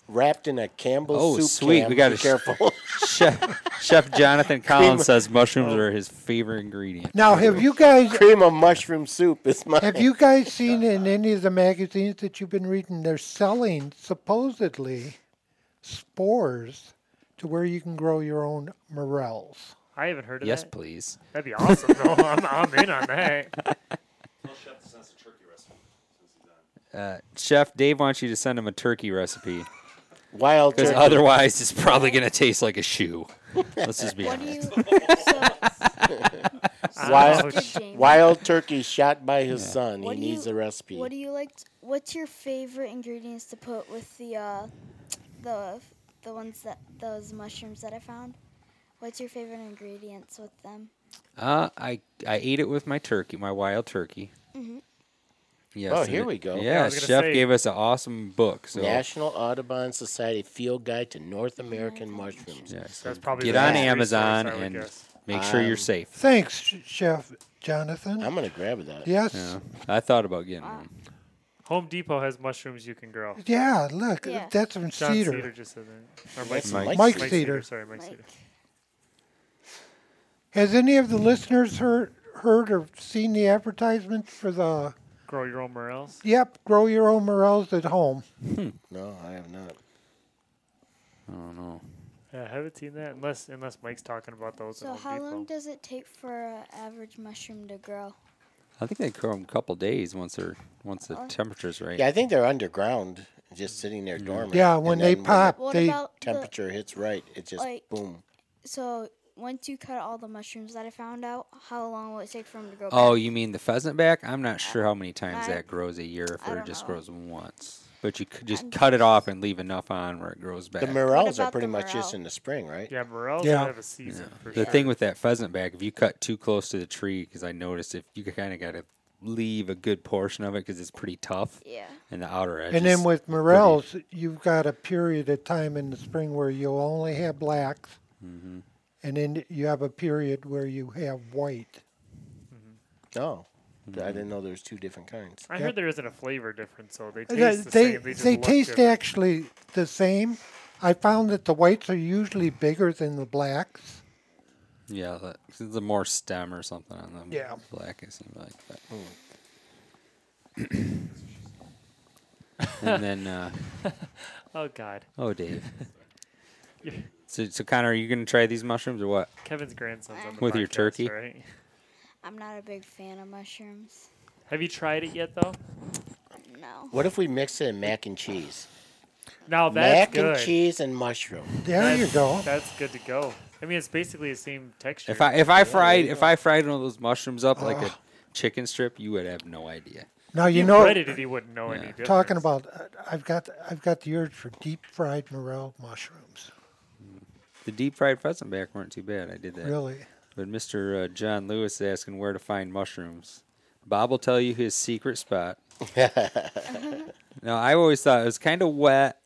[SPEAKER 2] wrapped in a Campbell's
[SPEAKER 1] Oh,
[SPEAKER 2] soup
[SPEAKER 1] sweet,
[SPEAKER 2] can,
[SPEAKER 1] we gotta
[SPEAKER 2] be
[SPEAKER 1] sh-
[SPEAKER 2] careful.
[SPEAKER 1] chef, chef jonathan collins says mushrooms are his favorite ingredient
[SPEAKER 4] Now, have you guys
[SPEAKER 2] Cream of mushroom soup is my.
[SPEAKER 4] have you guys seen in any of the magazines that you've been reading? They're selling supposedly spores to where you can grow your own morels.
[SPEAKER 3] I haven't heard of
[SPEAKER 1] yes
[SPEAKER 3] that.
[SPEAKER 1] please
[SPEAKER 3] That'd be awesome. though. I'm, I'm in on that.
[SPEAKER 1] chef dave wants you to send him a turkey recipe
[SPEAKER 2] Wild
[SPEAKER 1] Because
[SPEAKER 2] turkey.
[SPEAKER 1] otherwise, it's probably going to taste like a shoe. Let's just be
[SPEAKER 5] What do
[SPEAKER 1] honest.
[SPEAKER 5] you? So,
[SPEAKER 1] Oh,
[SPEAKER 2] wild,
[SPEAKER 5] did Jamie,
[SPEAKER 2] wild turkey shot by his son.
[SPEAKER 5] What
[SPEAKER 2] he
[SPEAKER 5] do
[SPEAKER 2] needs
[SPEAKER 5] you-
[SPEAKER 2] a recipe.
[SPEAKER 5] what do you like? t- what's your favorite ingredients to put with the uh, the the ones that those mushrooms that I found? What's your favorite ingredients with them?
[SPEAKER 1] Uh, I I ate it with my turkey, my wild turkey.
[SPEAKER 5] Mm-hmm.
[SPEAKER 1] Yes,
[SPEAKER 2] Oh,
[SPEAKER 1] and
[SPEAKER 2] here
[SPEAKER 1] it-
[SPEAKER 2] we go. Yeah,
[SPEAKER 1] Yeah,
[SPEAKER 3] I was gonna
[SPEAKER 1] chef
[SPEAKER 3] say-
[SPEAKER 1] gave us an awesome book. So
[SPEAKER 2] National Audubon Society Field Guide to North American Mushrooms.
[SPEAKER 1] yeah, so
[SPEAKER 3] That's probably
[SPEAKER 1] get
[SPEAKER 3] the
[SPEAKER 1] on
[SPEAKER 3] best
[SPEAKER 1] Amazon
[SPEAKER 3] resource, I would
[SPEAKER 1] and
[SPEAKER 3] guess.
[SPEAKER 1] make sure you're
[SPEAKER 2] Um,
[SPEAKER 1] safe.
[SPEAKER 4] Thanks, Chef Jonathan.
[SPEAKER 2] I'm gonna grab that.
[SPEAKER 4] yes.
[SPEAKER 1] Yeah, I thought about getting
[SPEAKER 5] Ah.
[SPEAKER 1] one.
[SPEAKER 3] Home Depot has mushrooms you can grow.
[SPEAKER 4] Yeah, look,
[SPEAKER 5] Yeah.
[SPEAKER 4] that's from
[SPEAKER 3] John
[SPEAKER 4] cedar.
[SPEAKER 3] Cedar, just said that. Or Mike,
[SPEAKER 1] Mike.
[SPEAKER 2] Mike
[SPEAKER 4] Mike
[SPEAKER 2] Cedar.
[SPEAKER 3] Mike
[SPEAKER 4] Cedar.
[SPEAKER 3] Cedar. Sorry, Mike Cedar.
[SPEAKER 5] Like,
[SPEAKER 4] Has any of the listeners heard heard or seen the advertisement for the
[SPEAKER 3] Grow your own morels.
[SPEAKER 4] Yep, grow your own morels at home?
[SPEAKER 2] No, I have not.
[SPEAKER 1] I don't know.
[SPEAKER 3] Yeah, I haven't seen that unless unless Mike's talking about those.
[SPEAKER 5] so
[SPEAKER 3] at
[SPEAKER 5] how
[SPEAKER 3] Home
[SPEAKER 5] long
[SPEAKER 3] Depot.
[SPEAKER 5] does it take for an average mushroom to grow?
[SPEAKER 1] I think they grow 'em a couple days once they're once
[SPEAKER 5] Oh.
[SPEAKER 1] the temperature's right.
[SPEAKER 2] Yeah, I think they're underground, just sitting there dormant.
[SPEAKER 4] Yeah,
[SPEAKER 2] and
[SPEAKER 4] when
[SPEAKER 2] then
[SPEAKER 4] they pop,
[SPEAKER 5] What
[SPEAKER 4] they
[SPEAKER 5] about the-
[SPEAKER 2] temperature hits right, it just
[SPEAKER 5] like-
[SPEAKER 2] boom.
[SPEAKER 5] so once you cut all the mushrooms that I found out, how long will it take for them to grow
[SPEAKER 1] Oh,
[SPEAKER 5] back?
[SPEAKER 1] you mean the pheasant back? I'm not sure how many times
[SPEAKER 5] I-
[SPEAKER 1] that grows a year,
[SPEAKER 5] I
[SPEAKER 1] if it
[SPEAKER 5] don't
[SPEAKER 1] just
[SPEAKER 5] know.
[SPEAKER 1] grows once. But you could just cut it off and leave enough on where it grows back.
[SPEAKER 2] The morels are
[SPEAKER 5] about
[SPEAKER 2] pretty
[SPEAKER 5] the
[SPEAKER 2] much just
[SPEAKER 5] morel?
[SPEAKER 2] in the spring, right?
[SPEAKER 3] Yeah, morels
[SPEAKER 4] Yeah.
[SPEAKER 3] have a season. For
[SPEAKER 1] the
[SPEAKER 3] sure.
[SPEAKER 1] thing with that pheasant back, if you cut too close to the tree, because I noticed if you kind of got to leave a good portion of it because it's pretty tough,
[SPEAKER 5] Yeah.
[SPEAKER 1] and the outer edge.
[SPEAKER 4] And then with morels, you've got a period of time in the spring where you'll only have blacks, and then you have a period where you have white.
[SPEAKER 2] Oh, I didn't know there was two different kinds.
[SPEAKER 3] I
[SPEAKER 4] Yep.
[SPEAKER 3] heard there isn't a flavor difference, so they taste
[SPEAKER 4] They
[SPEAKER 3] the
[SPEAKER 4] they,
[SPEAKER 3] same. They, just
[SPEAKER 4] they
[SPEAKER 3] look
[SPEAKER 4] taste
[SPEAKER 3] different.
[SPEAKER 4] actually the same. I found that the whites are usually bigger than the blacks.
[SPEAKER 1] yeah, that, 'cause it's a more stem or something on them.
[SPEAKER 4] Yeah.
[SPEAKER 1] black. It seemed like. But.
[SPEAKER 4] Hmm.
[SPEAKER 1] and then, uh,
[SPEAKER 3] Oh God,
[SPEAKER 1] oh, Dave.
[SPEAKER 3] You're-
[SPEAKER 1] So, so Connor, are you gonna try these mushrooms or what?
[SPEAKER 3] Kevin's grandson's on the
[SPEAKER 1] With your
[SPEAKER 3] podcast,
[SPEAKER 1] turkey?
[SPEAKER 3] Right?
[SPEAKER 5] I'm not a big fan of mushrooms.
[SPEAKER 3] Have you tried it yet, though?
[SPEAKER 5] No.
[SPEAKER 2] What if we mix it in mac and cheese?
[SPEAKER 3] Now that's
[SPEAKER 2] mac
[SPEAKER 3] good.
[SPEAKER 2] and cheese and mushroom.
[SPEAKER 4] There
[SPEAKER 3] That's-
[SPEAKER 4] you go.
[SPEAKER 3] That's good to go. I mean, it's basically the same texture.
[SPEAKER 1] If I if I fried if I fried one of those mushrooms up like a chicken strip, you would have no idea.
[SPEAKER 4] now you
[SPEAKER 3] you
[SPEAKER 4] know.
[SPEAKER 3] breaded it, he wouldn't know any difference.
[SPEAKER 4] Talking about, uh, I've got I've got the urge for deep fried morel mushrooms.
[SPEAKER 1] The deep fried pheasant back weren't too bad. I did that.
[SPEAKER 4] Really,
[SPEAKER 1] But Mr. Uh, John Lewis is asking where to find mushrooms. Bob will tell you his secret spot. now I always thought it was kind of wet.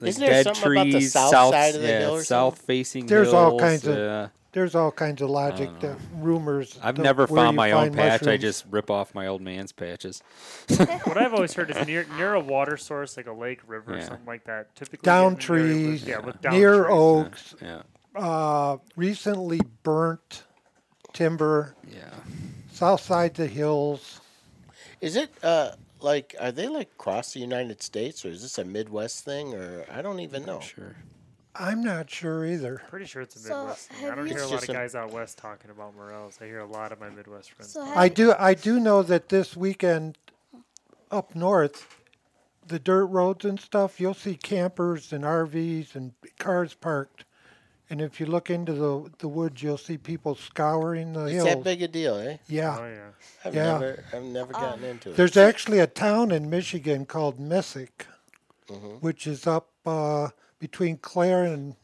[SPEAKER 1] Like
[SPEAKER 2] Isn't there
[SPEAKER 1] dead
[SPEAKER 2] something
[SPEAKER 1] trees,
[SPEAKER 2] about the south side of the
[SPEAKER 1] yeah,
[SPEAKER 2] hill or
[SPEAKER 1] south facing
[SPEAKER 4] There's
[SPEAKER 1] hills.
[SPEAKER 4] all kinds of-
[SPEAKER 1] uh,
[SPEAKER 4] there's all kinds of logic, to rumors.
[SPEAKER 1] I've
[SPEAKER 4] to
[SPEAKER 1] never
[SPEAKER 4] where
[SPEAKER 1] found
[SPEAKER 4] you
[SPEAKER 1] my own
[SPEAKER 4] find
[SPEAKER 1] patch. I
[SPEAKER 4] mushrooms.
[SPEAKER 1] just rip off my old man's patches.
[SPEAKER 3] what I've always heard is near near a water source, like a lake, river,
[SPEAKER 1] Yeah.
[SPEAKER 3] or something like that. Typically,
[SPEAKER 4] down
[SPEAKER 3] it's invariably-
[SPEAKER 4] trees,
[SPEAKER 3] Yeah, with down
[SPEAKER 4] near
[SPEAKER 3] trees.
[SPEAKER 4] oaks,
[SPEAKER 1] Yeah,
[SPEAKER 4] uh, recently burnt timber,
[SPEAKER 1] yeah.
[SPEAKER 4] south side the hills.
[SPEAKER 2] Is it uh, like are they like across the United States or is this a Midwest thing or I don't even know.
[SPEAKER 1] Sure.
[SPEAKER 4] I'm not sure either.
[SPEAKER 3] Pretty sure it's a
[SPEAKER 5] So,
[SPEAKER 3] Midwest thing. I
[SPEAKER 5] have
[SPEAKER 3] don't
[SPEAKER 5] you-
[SPEAKER 3] hear a
[SPEAKER 2] It's
[SPEAKER 3] lot
[SPEAKER 2] just
[SPEAKER 3] of
[SPEAKER 2] a-
[SPEAKER 3] guys out west talking about morels. I hear a lot of my Midwest friends.
[SPEAKER 5] So
[SPEAKER 3] talk.
[SPEAKER 5] have
[SPEAKER 4] I
[SPEAKER 5] you-
[SPEAKER 4] do I do know that this weekend up north, the dirt roads and stuff, you'll see campers and RVs and cars parked. And if you look into the the woods, you'll see people scouring the
[SPEAKER 2] It's
[SPEAKER 4] hills.
[SPEAKER 2] that big a deal, eh?
[SPEAKER 3] oh
[SPEAKER 4] Yeah,
[SPEAKER 3] yeah,
[SPEAKER 2] I've
[SPEAKER 4] Yeah.
[SPEAKER 2] never I've never gotten into it.
[SPEAKER 4] there's actually a town in Michigan called Messick,
[SPEAKER 2] Mm-hmm.
[SPEAKER 4] which is up uh, between Clare and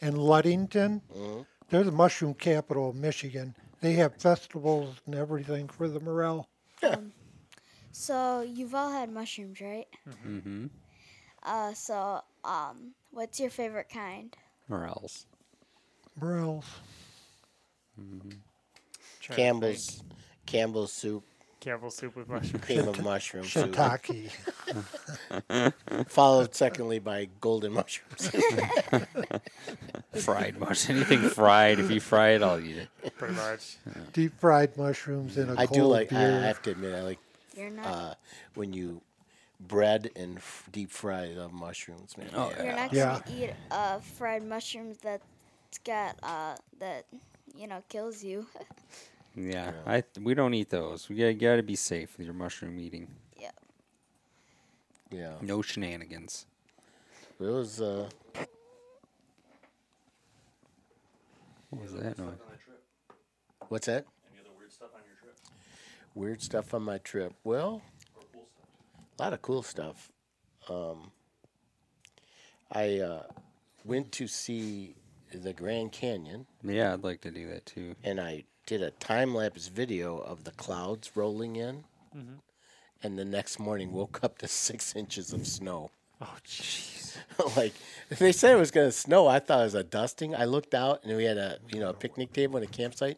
[SPEAKER 4] and Ludington.
[SPEAKER 2] Mm-hmm.
[SPEAKER 4] They're the mushroom capital of Michigan. They have festivals and everything for the morel.
[SPEAKER 5] So you've all had mushrooms, right? Mm-hmm. Uh, so um, what's your favorite kind?
[SPEAKER 1] Morels.
[SPEAKER 4] Morels.
[SPEAKER 3] Trying to think.
[SPEAKER 2] Campbell's Campbell's soup,
[SPEAKER 3] Campbell's soup with mushrooms.
[SPEAKER 2] cream of mushroom soup,
[SPEAKER 4] Shiitake.
[SPEAKER 2] followed secondly by golden mushrooms.
[SPEAKER 1] fried mush. Anything fried. If you fry it, I'll eat it.
[SPEAKER 3] pretty much.
[SPEAKER 4] deep fried mushrooms in a
[SPEAKER 2] I
[SPEAKER 4] cold
[SPEAKER 2] do like. I, I
[SPEAKER 4] beer.
[SPEAKER 2] have to admit, I like
[SPEAKER 5] You're not.
[SPEAKER 2] uh, when you bread and f- deep fry the mushrooms, man.
[SPEAKER 1] Oh,
[SPEAKER 5] you're not
[SPEAKER 4] Yeah.
[SPEAKER 5] gonna eat uh, fried mushrooms that's got uh, that you know kills you.
[SPEAKER 1] Yeah, I we don't eat those. We gotta, gotta be safe with your mushroom eating.
[SPEAKER 5] yeah.
[SPEAKER 2] Yeah,
[SPEAKER 1] No shenanigans.
[SPEAKER 2] it was. Uh,
[SPEAKER 1] What was that noise?
[SPEAKER 2] what's that? Weird stuff on my trip. Well, a lot of cool stuff. Um, I uh, went to see the Grand Canyon,
[SPEAKER 1] Yeah, I'd like to do that too.
[SPEAKER 2] and I did a time lapse video of the clouds rolling in. And the next morning, woke up to six inches of snow.
[SPEAKER 3] Oh jeez.
[SPEAKER 2] like they said it was going to snow. I thought it was a dusting. I looked out and we had a you know a picnic table and a campsite.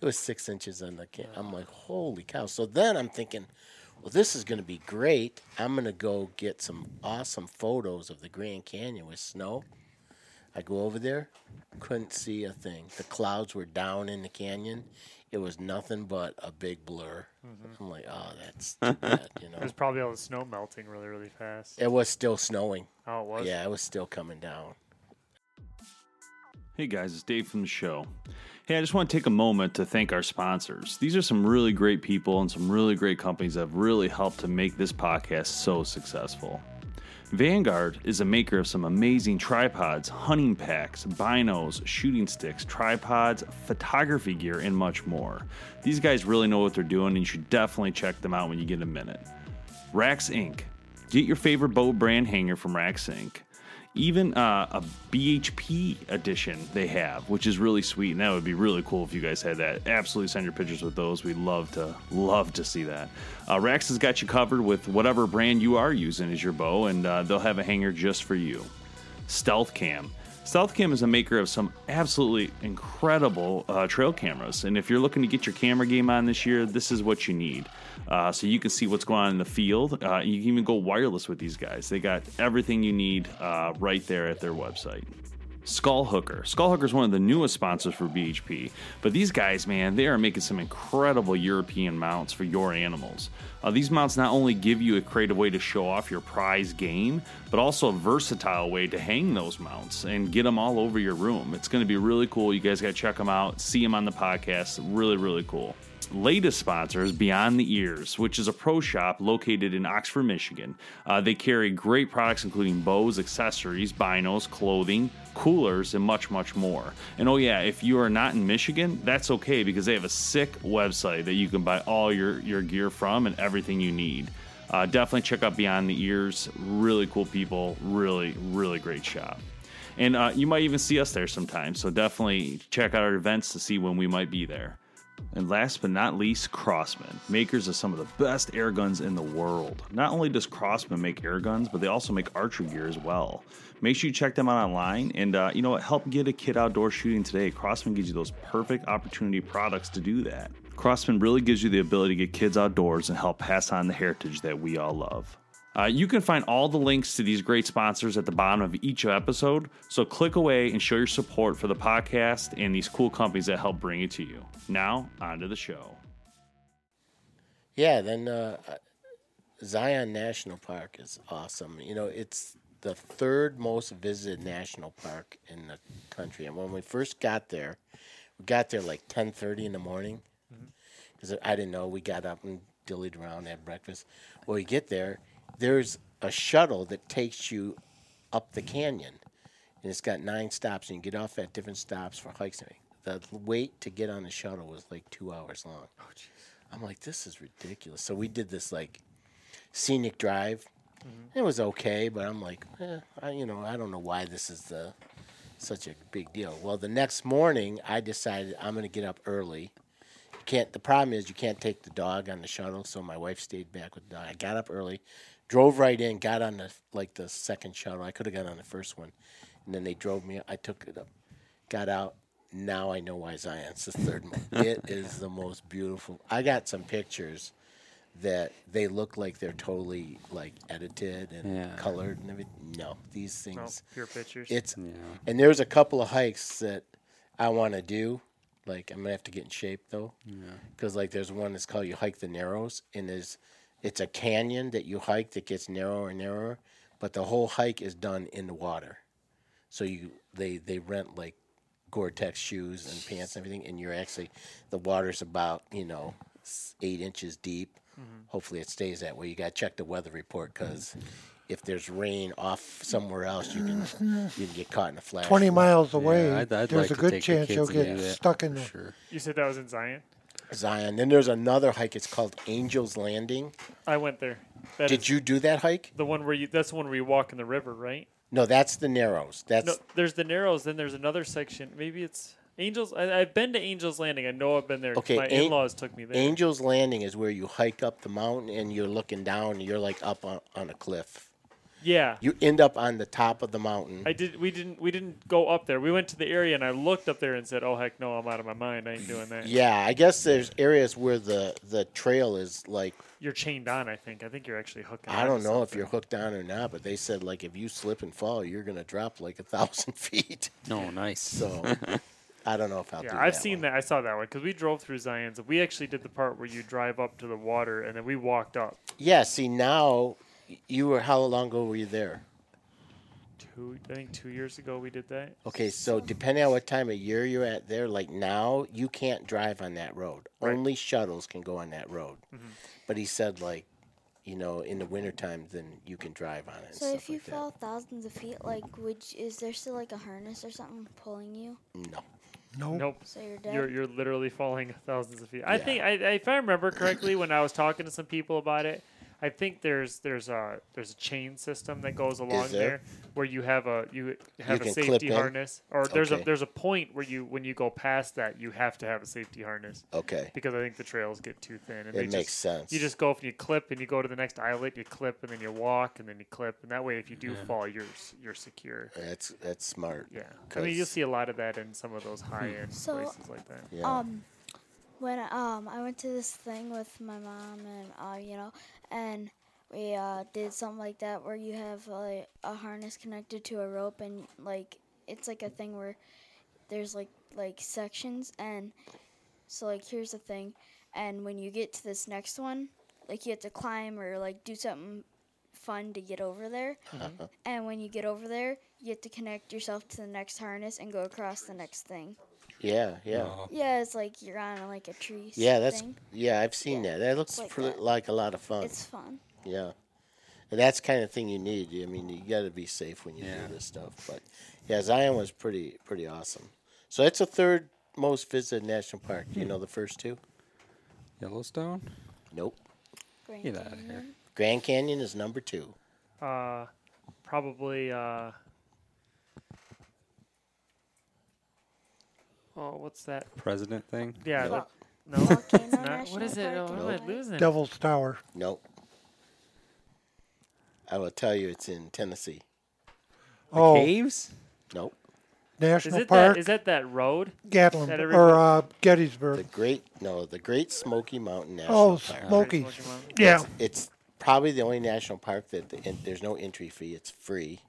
[SPEAKER 2] It was six inches on the camp. I'm like, holy cow! So then I'm thinking, well, this is going to be great. I'm going to go get some awesome photos of the Grand Canyon with snow. I go over there, couldn't see a thing. The clouds were down in the canyon. It was nothing but a big blur.
[SPEAKER 3] Mm-hmm.
[SPEAKER 2] I'm like, oh, that's too bad, you know.
[SPEAKER 3] There's probably all the snow melting really, really fast.
[SPEAKER 2] It was still snowing.
[SPEAKER 3] Oh, it was.
[SPEAKER 2] Yeah, it was still coming down.
[SPEAKER 6] Hey guys, it's Dave from the show. Hey, I just want to take a moment to thank our sponsors. These are some really great people and some really great companies that have really helped to make this podcast so successful. Vanguard is a maker of some amazing tripods, hunting packs, binos, shooting sticks, tripods, photography gear, and much more. These guys really know what they're doing, and you should definitely check them out when you get a minute. Rax Inc. Get your favorite bow brand hanger from Rax Inc. Even uh, a BHP edition they have, which is really sweet, and that would be really cool if you guys had that. Absolutely, send your pictures with those. We love to love to see that. Uh, Rax has got you covered with whatever brand you are using as your bow, and uh, they'll have a hanger just for you. Stealth Cam. Stealth Cam is a maker of some absolutely incredible uh, trail cameras, and if you're looking to get your camera game on this year, this is what you need. Uh, so you can see what's going on in the field. Uh, you can even go wireless with these guys. They got everything you need uh, right there at their website. Skull Hooker. Skull Hooker is one of the newest sponsors for BHP, but these guys, man, they are making some incredible European mounts for your animals. Uh, these mounts not only give you a creative way to show off your prize game, but also a versatile way to hang those mounts and get them all over your room. It's going to be really cool. You guys got to check them out, see them on the podcast. Really, really cool latest sponsor is Beyond the Ears, which is a pro shop located in Oxford, Michigan. Uh, they carry great products including bows, accessories, binos, clothing, coolers, and much, much more. And oh, yeah, if you are not in Michigan, that's okay because they have a sick website that you can buy all your, your gear from and everything you need. Uh, definitely check out Beyond the Ears. Really cool people, really, really great shop. And uh, you might even see us there sometime. So definitely check out our events to see when we might be there. And last but not least, Crossman, makers of some of the best air guns in the world. Not only does Crossman make air guns, but they also make archery gear as well. Make sure you check them out online and, uh, you know what, help get a kid outdoor shooting today. Crossman gives you those perfect opportunity products to do that. Crossman really gives you the ability to get kids outdoors and help pass on the heritage that we all love. Uh, you can find all the links to these great sponsors at the bottom of each episode. So click away and show your support for the podcast and these cool companies that help bring it to you. Now, on to the show.
[SPEAKER 2] Yeah, then uh, Zion National Park is awesome. You know, it's the third most visited national park in the country. And when we first got there, we got there like ten thirty in the morning because I didn't know. We got up and dillied around, had breakfast. When we get there, there's a shuttle that takes you up the canyon, and it's got nine stops, and you get off at different stops for hikes. and everything. The wait to get on the shuttle was like two hours long. Oh, jeez. I'm like, this is ridiculous. So we did this like scenic drive. It was okay, but I'm like, eh, I, you know, I don't know why this is the such a big deal. Well, the next morning, I decided I'm going to get up early can't. The problem is you can't take the dog on the shuttle, so my wife stayed back with the dog. I got up early, drove right in, got on the like the second shuttle. I could have got on the first one, and then they drove me. I took it up, got out. Now I know why Zion's the third one. It is the most beautiful. I got some pictures that they look like they're totally like edited and
[SPEAKER 1] Yeah.
[SPEAKER 2] colored and everything. No, these
[SPEAKER 3] No,
[SPEAKER 2] things.
[SPEAKER 3] pure pictures.
[SPEAKER 2] It's and there's a couple of hikes that I want to do. Like I'm gonna have to get in shape though, because like there's one that's called you hike the Narrows, and there's it's a canyon that you hike that gets narrower and narrower, but the whole hike is done in the water. So you they they rent like Gore-Tex shoes and pants and everything, and you're actually the water's about you know s- eight inches deep. Hopefully it stays that way. You got to check the weather report because if there's rain off somewhere else, you can you can get caught in a flash.
[SPEAKER 4] 20 miles away,
[SPEAKER 1] I'd- I'd like
[SPEAKER 4] there's a
[SPEAKER 1] to
[SPEAKER 4] good
[SPEAKER 1] take the
[SPEAKER 4] chance
[SPEAKER 1] kids
[SPEAKER 4] you'll
[SPEAKER 1] and
[SPEAKER 4] get
[SPEAKER 1] do that.
[SPEAKER 4] stuck in there.
[SPEAKER 1] Sure.
[SPEAKER 3] you said that was in Zion.
[SPEAKER 2] Zion. Then there's another hike. It's called Angel's Landing.
[SPEAKER 3] I went there. That
[SPEAKER 2] Did
[SPEAKER 3] is
[SPEAKER 2] you do that hike?
[SPEAKER 3] the one where you? That's the one where you walk in the river, right?
[SPEAKER 2] No, that's the Narrows. That's
[SPEAKER 3] No, there's the Narrows. Then there's another section. Maybe it's Angels. I, I've been to Angels Landing. I know I've been there. 'cause
[SPEAKER 2] Okay,
[SPEAKER 3] my
[SPEAKER 2] An-
[SPEAKER 3] in-laws took me there.
[SPEAKER 2] Angel's Landing is where you hike up the mountain and you're looking down. and You're like up on, on a cliff.
[SPEAKER 3] yeah,
[SPEAKER 2] You end up on the top of the mountain.
[SPEAKER 3] I did. We didn't. We didn't go up there. We went to the area, and I looked up there and said, "Oh heck, no! I'm out of my mind. I ain't doing that."
[SPEAKER 2] Yeah, I guess there's areas where the the trail is like
[SPEAKER 3] You're chained on. I think. I think you're actually hooking.
[SPEAKER 2] I
[SPEAKER 3] onto
[SPEAKER 2] don't know if
[SPEAKER 3] something.
[SPEAKER 2] you're hooked on or not, but they said like if you slip and fall, you're gonna drop like a thousand feet.
[SPEAKER 1] Oh, nice.
[SPEAKER 2] So I don't know if I'll do
[SPEAKER 3] Yeah,
[SPEAKER 2] that.
[SPEAKER 3] I've seen
[SPEAKER 2] one.
[SPEAKER 3] that. I saw that one because we drove through Zion's. We actually did the part where you drive up to the water, and then we walked up.
[SPEAKER 2] Yeah, see now you were how long ago were you there?
[SPEAKER 3] Two, I think two years ago we did that.
[SPEAKER 2] Okay, so depending on what time of year you're at there, like now, you
[SPEAKER 3] Mm-hmm.
[SPEAKER 2] can't drive on that road. Only shuttles can go on that road. But he said, like, you know, in the wintertime, then you can drive on it. and
[SPEAKER 5] So
[SPEAKER 2] stuff
[SPEAKER 5] if you
[SPEAKER 2] like that.
[SPEAKER 5] fall thousands of feet, like, would you- is there still like a harness or something pulling you?
[SPEAKER 2] No.
[SPEAKER 4] No,
[SPEAKER 3] Nope.
[SPEAKER 5] So you're dead.
[SPEAKER 3] You're, you're literally falling thousands of feet. I think, I, I- if I remember correctly, when I was talking to some people about it, I think there's there's a there's a chain system that goes along
[SPEAKER 2] there?
[SPEAKER 3] there where you have a you have a
[SPEAKER 2] can clip
[SPEAKER 3] safety
[SPEAKER 2] in?
[SPEAKER 3] harness, or there's a
[SPEAKER 2] Okay.
[SPEAKER 3] there's a point where you when you go past that you have to have a safety harness
[SPEAKER 2] Okay.
[SPEAKER 3] because I think the trails get too thin. And
[SPEAKER 2] It makes
[SPEAKER 3] just,
[SPEAKER 2] sense.
[SPEAKER 3] You just go up and you clip, and you go to the next islet, you clip, and then you walk, and then you clip, and that way, if you do fall, you're s- you're secure.
[SPEAKER 2] That's that's smart.
[SPEAKER 3] Yeah, I mean, you'll
[SPEAKER 2] 'cause-
[SPEAKER 3] see a lot of that in some of those high end
[SPEAKER 5] So-
[SPEAKER 3] places like that.
[SPEAKER 2] Yeah.
[SPEAKER 5] Um, when um I went to this thing with my mom and uh you know and we uh did something like that where you have like a harness connected to a rope and like it's like a thing where there's like like sections and so like here's the thing and when you get to this next one like you have to climb or like do something fun to get over there
[SPEAKER 2] Mm-hmm.
[SPEAKER 5] and when you get over there you have to connect yourself to the next harness and go across the next thing
[SPEAKER 2] Yeah, yeah.
[SPEAKER 5] yeah, it's like you're on like a tree.
[SPEAKER 2] Yeah, that's
[SPEAKER 5] thing.
[SPEAKER 2] yeah, I've seen that. That looks
[SPEAKER 5] like
[SPEAKER 2] pre-
[SPEAKER 5] that.
[SPEAKER 2] like a lot of fun.
[SPEAKER 5] It's fun.
[SPEAKER 2] yeah. And that's the kind of thing you need. I mean, you got to be safe when you
[SPEAKER 1] Yeah.
[SPEAKER 2] do this stuff. But yeah, Zion was pretty pretty awesome. So that's the third most visited national park. Do You know the first two?
[SPEAKER 1] Yellowstone?
[SPEAKER 2] Nope.
[SPEAKER 5] Grand
[SPEAKER 1] Get out of
[SPEAKER 5] Canyon.
[SPEAKER 1] here.
[SPEAKER 2] Grand Canyon is number two.
[SPEAKER 3] Uh, probably. Uh, oh, what's that?
[SPEAKER 1] President thing?
[SPEAKER 3] Yeah.
[SPEAKER 2] Nope.
[SPEAKER 3] No. no, it's
[SPEAKER 5] Volcano
[SPEAKER 3] not. What
[SPEAKER 5] National
[SPEAKER 3] is it?
[SPEAKER 5] Park
[SPEAKER 3] Oh,
[SPEAKER 5] in
[SPEAKER 3] what am I
[SPEAKER 5] Hawaii.
[SPEAKER 3] losing?
[SPEAKER 4] Devil's Tower.
[SPEAKER 2] Nope. I will tell you, it's in Tennessee.
[SPEAKER 4] Oh,
[SPEAKER 1] Caves?
[SPEAKER 2] Nope.
[SPEAKER 3] Is
[SPEAKER 4] National
[SPEAKER 3] it
[SPEAKER 4] Park,
[SPEAKER 3] that? Is that that road?
[SPEAKER 4] Gatlin
[SPEAKER 3] that every-
[SPEAKER 4] or uh,
[SPEAKER 2] The
[SPEAKER 4] Gettysburg.
[SPEAKER 2] Great no, the Great Smoky Mountain National
[SPEAKER 4] Oh,
[SPEAKER 2] Park.
[SPEAKER 4] Smokies.
[SPEAKER 3] Smoky Mountain.
[SPEAKER 4] Yeah,
[SPEAKER 2] It's probably the only national park that the, and there's no entry fee. It's free.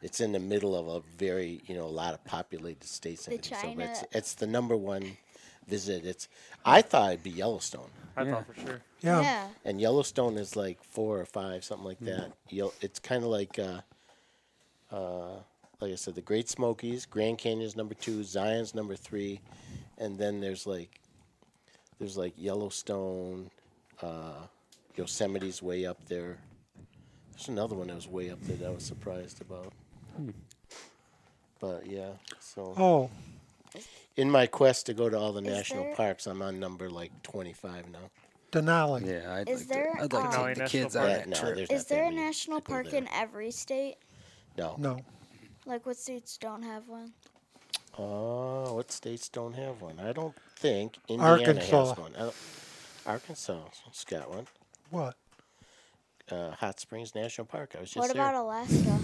[SPEAKER 2] It's in the middle of a very you know a lot of populated states. and
[SPEAKER 5] The
[SPEAKER 2] everything, So it's
[SPEAKER 5] China-
[SPEAKER 2] it's the number one visit. It's I thought it'd be Yellowstone,
[SPEAKER 3] I thought for sure.
[SPEAKER 4] yeah.
[SPEAKER 5] Yeah.
[SPEAKER 2] and Yellowstone is like four or five something like that. Yel- It's kind of like. Uh, uh, like I said, the Great Smokies, Grand Canyon's number two, Zion's number three, and then there's like, there's like Yellowstone, uh, Yosemite's way up there. There's another one that was way up there that I was surprised about. But yeah, so
[SPEAKER 4] Oh,
[SPEAKER 2] in my quest to go to all the national
[SPEAKER 5] there-
[SPEAKER 2] parks, I'm on number like 25 now.
[SPEAKER 4] Denali.
[SPEAKER 1] Yeah, I'd
[SPEAKER 5] Is
[SPEAKER 1] like
[SPEAKER 5] there,
[SPEAKER 1] to, I'd like
[SPEAKER 5] um,
[SPEAKER 3] Denali
[SPEAKER 1] to take the
[SPEAKER 3] National
[SPEAKER 1] kids on
[SPEAKER 3] Park?
[SPEAKER 2] But
[SPEAKER 1] that
[SPEAKER 2] no,
[SPEAKER 1] trip.
[SPEAKER 2] there's
[SPEAKER 5] Is
[SPEAKER 2] not that
[SPEAKER 5] there a
[SPEAKER 2] many
[SPEAKER 5] national
[SPEAKER 2] people
[SPEAKER 5] park
[SPEAKER 2] there.
[SPEAKER 5] in every state?
[SPEAKER 2] No.
[SPEAKER 4] No,
[SPEAKER 5] Like what states don't have one?
[SPEAKER 2] Oh, what states don't have one? I don't think Indiana
[SPEAKER 4] Arkansas.
[SPEAKER 2] has one. I don't- Arkansas's got one.
[SPEAKER 4] what?
[SPEAKER 2] Uh, Hot Springs National Park. I was just
[SPEAKER 5] what
[SPEAKER 2] there.
[SPEAKER 5] about Alaska?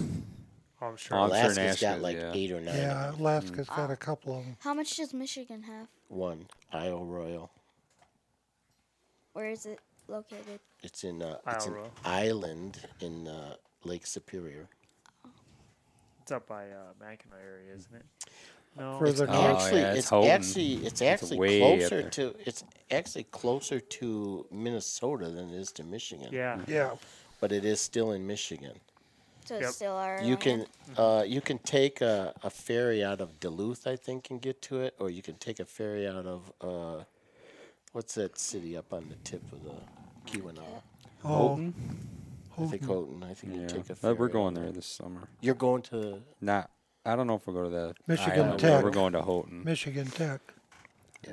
[SPEAKER 3] Oh, I'm sure.
[SPEAKER 1] Oh, I'm sure
[SPEAKER 2] Alaska's
[SPEAKER 1] Alaska's,
[SPEAKER 2] got like
[SPEAKER 1] yeah.
[SPEAKER 2] eight or nine.
[SPEAKER 4] Yeah, Alaska's got a couple of them.
[SPEAKER 5] How much does Michigan have?
[SPEAKER 2] One. Isle Royal.
[SPEAKER 5] Where is it located?
[SPEAKER 2] It's in uh, it's
[SPEAKER 3] Isle
[SPEAKER 2] an
[SPEAKER 3] Royal.
[SPEAKER 2] island in uh, Lake Superior.
[SPEAKER 3] It's up by uh, Mackinac area, isn't it? No.
[SPEAKER 4] Further
[SPEAKER 1] Oh,
[SPEAKER 4] north.
[SPEAKER 2] actually,
[SPEAKER 1] yeah, it's
[SPEAKER 2] it's,
[SPEAKER 1] Houghton.
[SPEAKER 2] actually it's actually
[SPEAKER 1] way up
[SPEAKER 2] closer
[SPEAKER 1] there.
[SPEAKER 2] to it's actually closer to Minnesota than it is to Michigan.
[SPEAKER 3] Yeah.
[SPEAKER 4] Yeah,
[SPEAKER 2] But it is still in Michigan.
[SPEAKER 5] So it's
[SPEAKER 3] Yep.
[SPEAKER 5] still our
[SPEAKER 2] You can
[SPEAKER 5] land.
[SPEAKER 2] uh, you can take a, a ferry out of Duluth, I think, and get to it, or you can take a ferry out of uh, what's that city up on the tip of the Keweenaw?
[SPEAKER 4] oh,
[SPEAKER 2] I think Houghton. I think you take a
[SPEAKER 1] Uh,
[SPEAKER 2] ferry.
[SPEAKER 1] We're going there this summer.
[SPEAKER 2] You're going to
[SPEAKER 1] Not. I don't know if we'll go to that.
[SPEAKER 4] Michigan
[SPEAKER 1] island, but
[SPEAKER 4] Tech.
[SPEAKER 1] We're going to Houghton.
[SPEAKER 4] Michigan Tech.
[SPEAKER 2] yeah.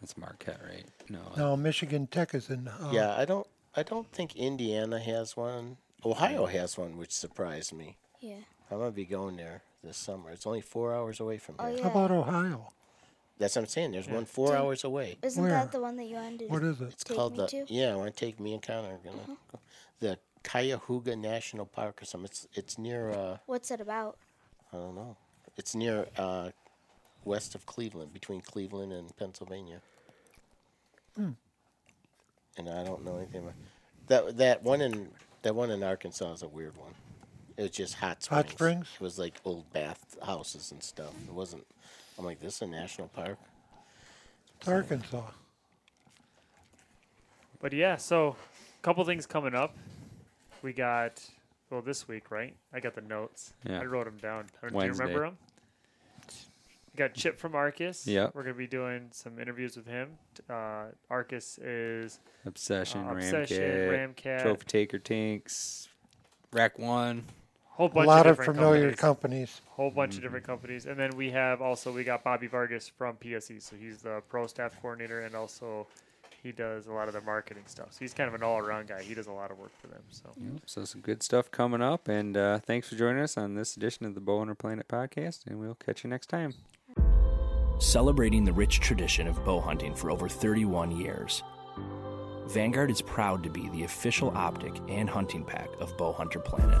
[SPEAKER 1] That's Marquette, right? No.
[SPEAKER 4] No, Michigan Tech is in. Uh,
[SPEAKER 2] yeah, I don't I don't think Indiana has one. Ohio has one, which surprised me.
[SPEAKER 5] Yeah.
[SPEAKER 2] I'm gonna be going there this summer. It's only four hours away from
[SPEAKER 5] Oh
[SPEAKER 2] here.
[SPEAKER 5] yeah.
[SPEAKER 4] How about Ohio?
[SPEAKER 2] That's what I'm saying. There's one four hours away.
[SPEAKER 5] Isn't
[SPEAKER 4] Where?
[SPEAKER 5] that the one that you wanted?
[SPEAKER 4] What
[SPEAKER 5] to
[SPEAKER 4] is it?
[SPEAKER 2] It's
[SPEAKER 5] take
[SPEAKER 2] called
[SPEAKER 5] me
[SPEAKER 2] the
[SPEAKER 5] to? Mm-hmm.
[SPEAKER 2] yeah. I want to take me and Connor. are Gonna go. the Cuyahoga National Park or something. It's it's near uh,
[SPEAKER 5] What's it about?
[SPEAKER 2] I don't know. It's near uh, west of Cleveland, between Cleveland and Pennsylvania.
[SPEAKER 5] Hmm.
[SPEAKER 2] And I don't know anything about that. That one in that one in Arkansas is a weird one. It was just hot springs.
[SPEAKER 4] Hot springs?
[SPEAKER 2] It was like old bath houses and stuff. It wasn't. I'm like, this is a national park.
[SPEAKER 4] It's Arkansas.
[SPEAKER 3] But yeah, so a couple things coming up. We got well this week, right? I got the notes.
[SPEAKER 1] Yeah.
[SPEAKER 3] I wrote them down. Or Do you
[SPEAKER 1] Wednesday.
[SPEAKER 3] remember them? We got Chip from Arcus.
[SPEAKER 1] Yeah.
[SPEAKER 3] We're going to be doing some interviews with him. T- Uh, Arcus is
[SPEAKER 1] Obsession,
[SPEAKER 2] Oh,
[SPEAKER 3] Uh, Obsession,
[SPEAKER 1] Ramcat,
[SPEAKER 3] Ramcat.
[SPEAKER 1] Trophy Taker Tanks, Rack One.
[SPEAKER 3] a whole bunch
[SPEAKER 4] a lot
[SPEAKER 3] of
[SPEAKER 4] of
[SPEAKER 3] different
[SPEAKER 4] familiar
[SPEAKER 3] companies.
[SPEAKER 4] companies.
[SPEAKER 3] whole bunch
[SPEAKER 1] Mm-hmm.
[SPEAKER 3] of different companies. And then we have also we got Bobby Vargas from PSE, so he's the pro staff coordinator and also he does a lot of the marketing stuff. So he's kind of an all around guy. He does a lot of work for them. So
[SPEAKER 1] So some good stuff coming up, and uh, thanks for joining us on this edition of the Bowhunter Planet podcast, and we'll catch you next time.
[SPEAKER 7] celebrating the rich tradition of bow hunting for over 31 years. Vanguard is proud to be the official optic and hunting pack of Bow Hunter Planet.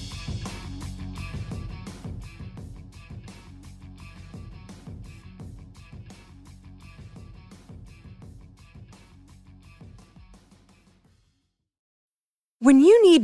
[SPEAKER 8] When you need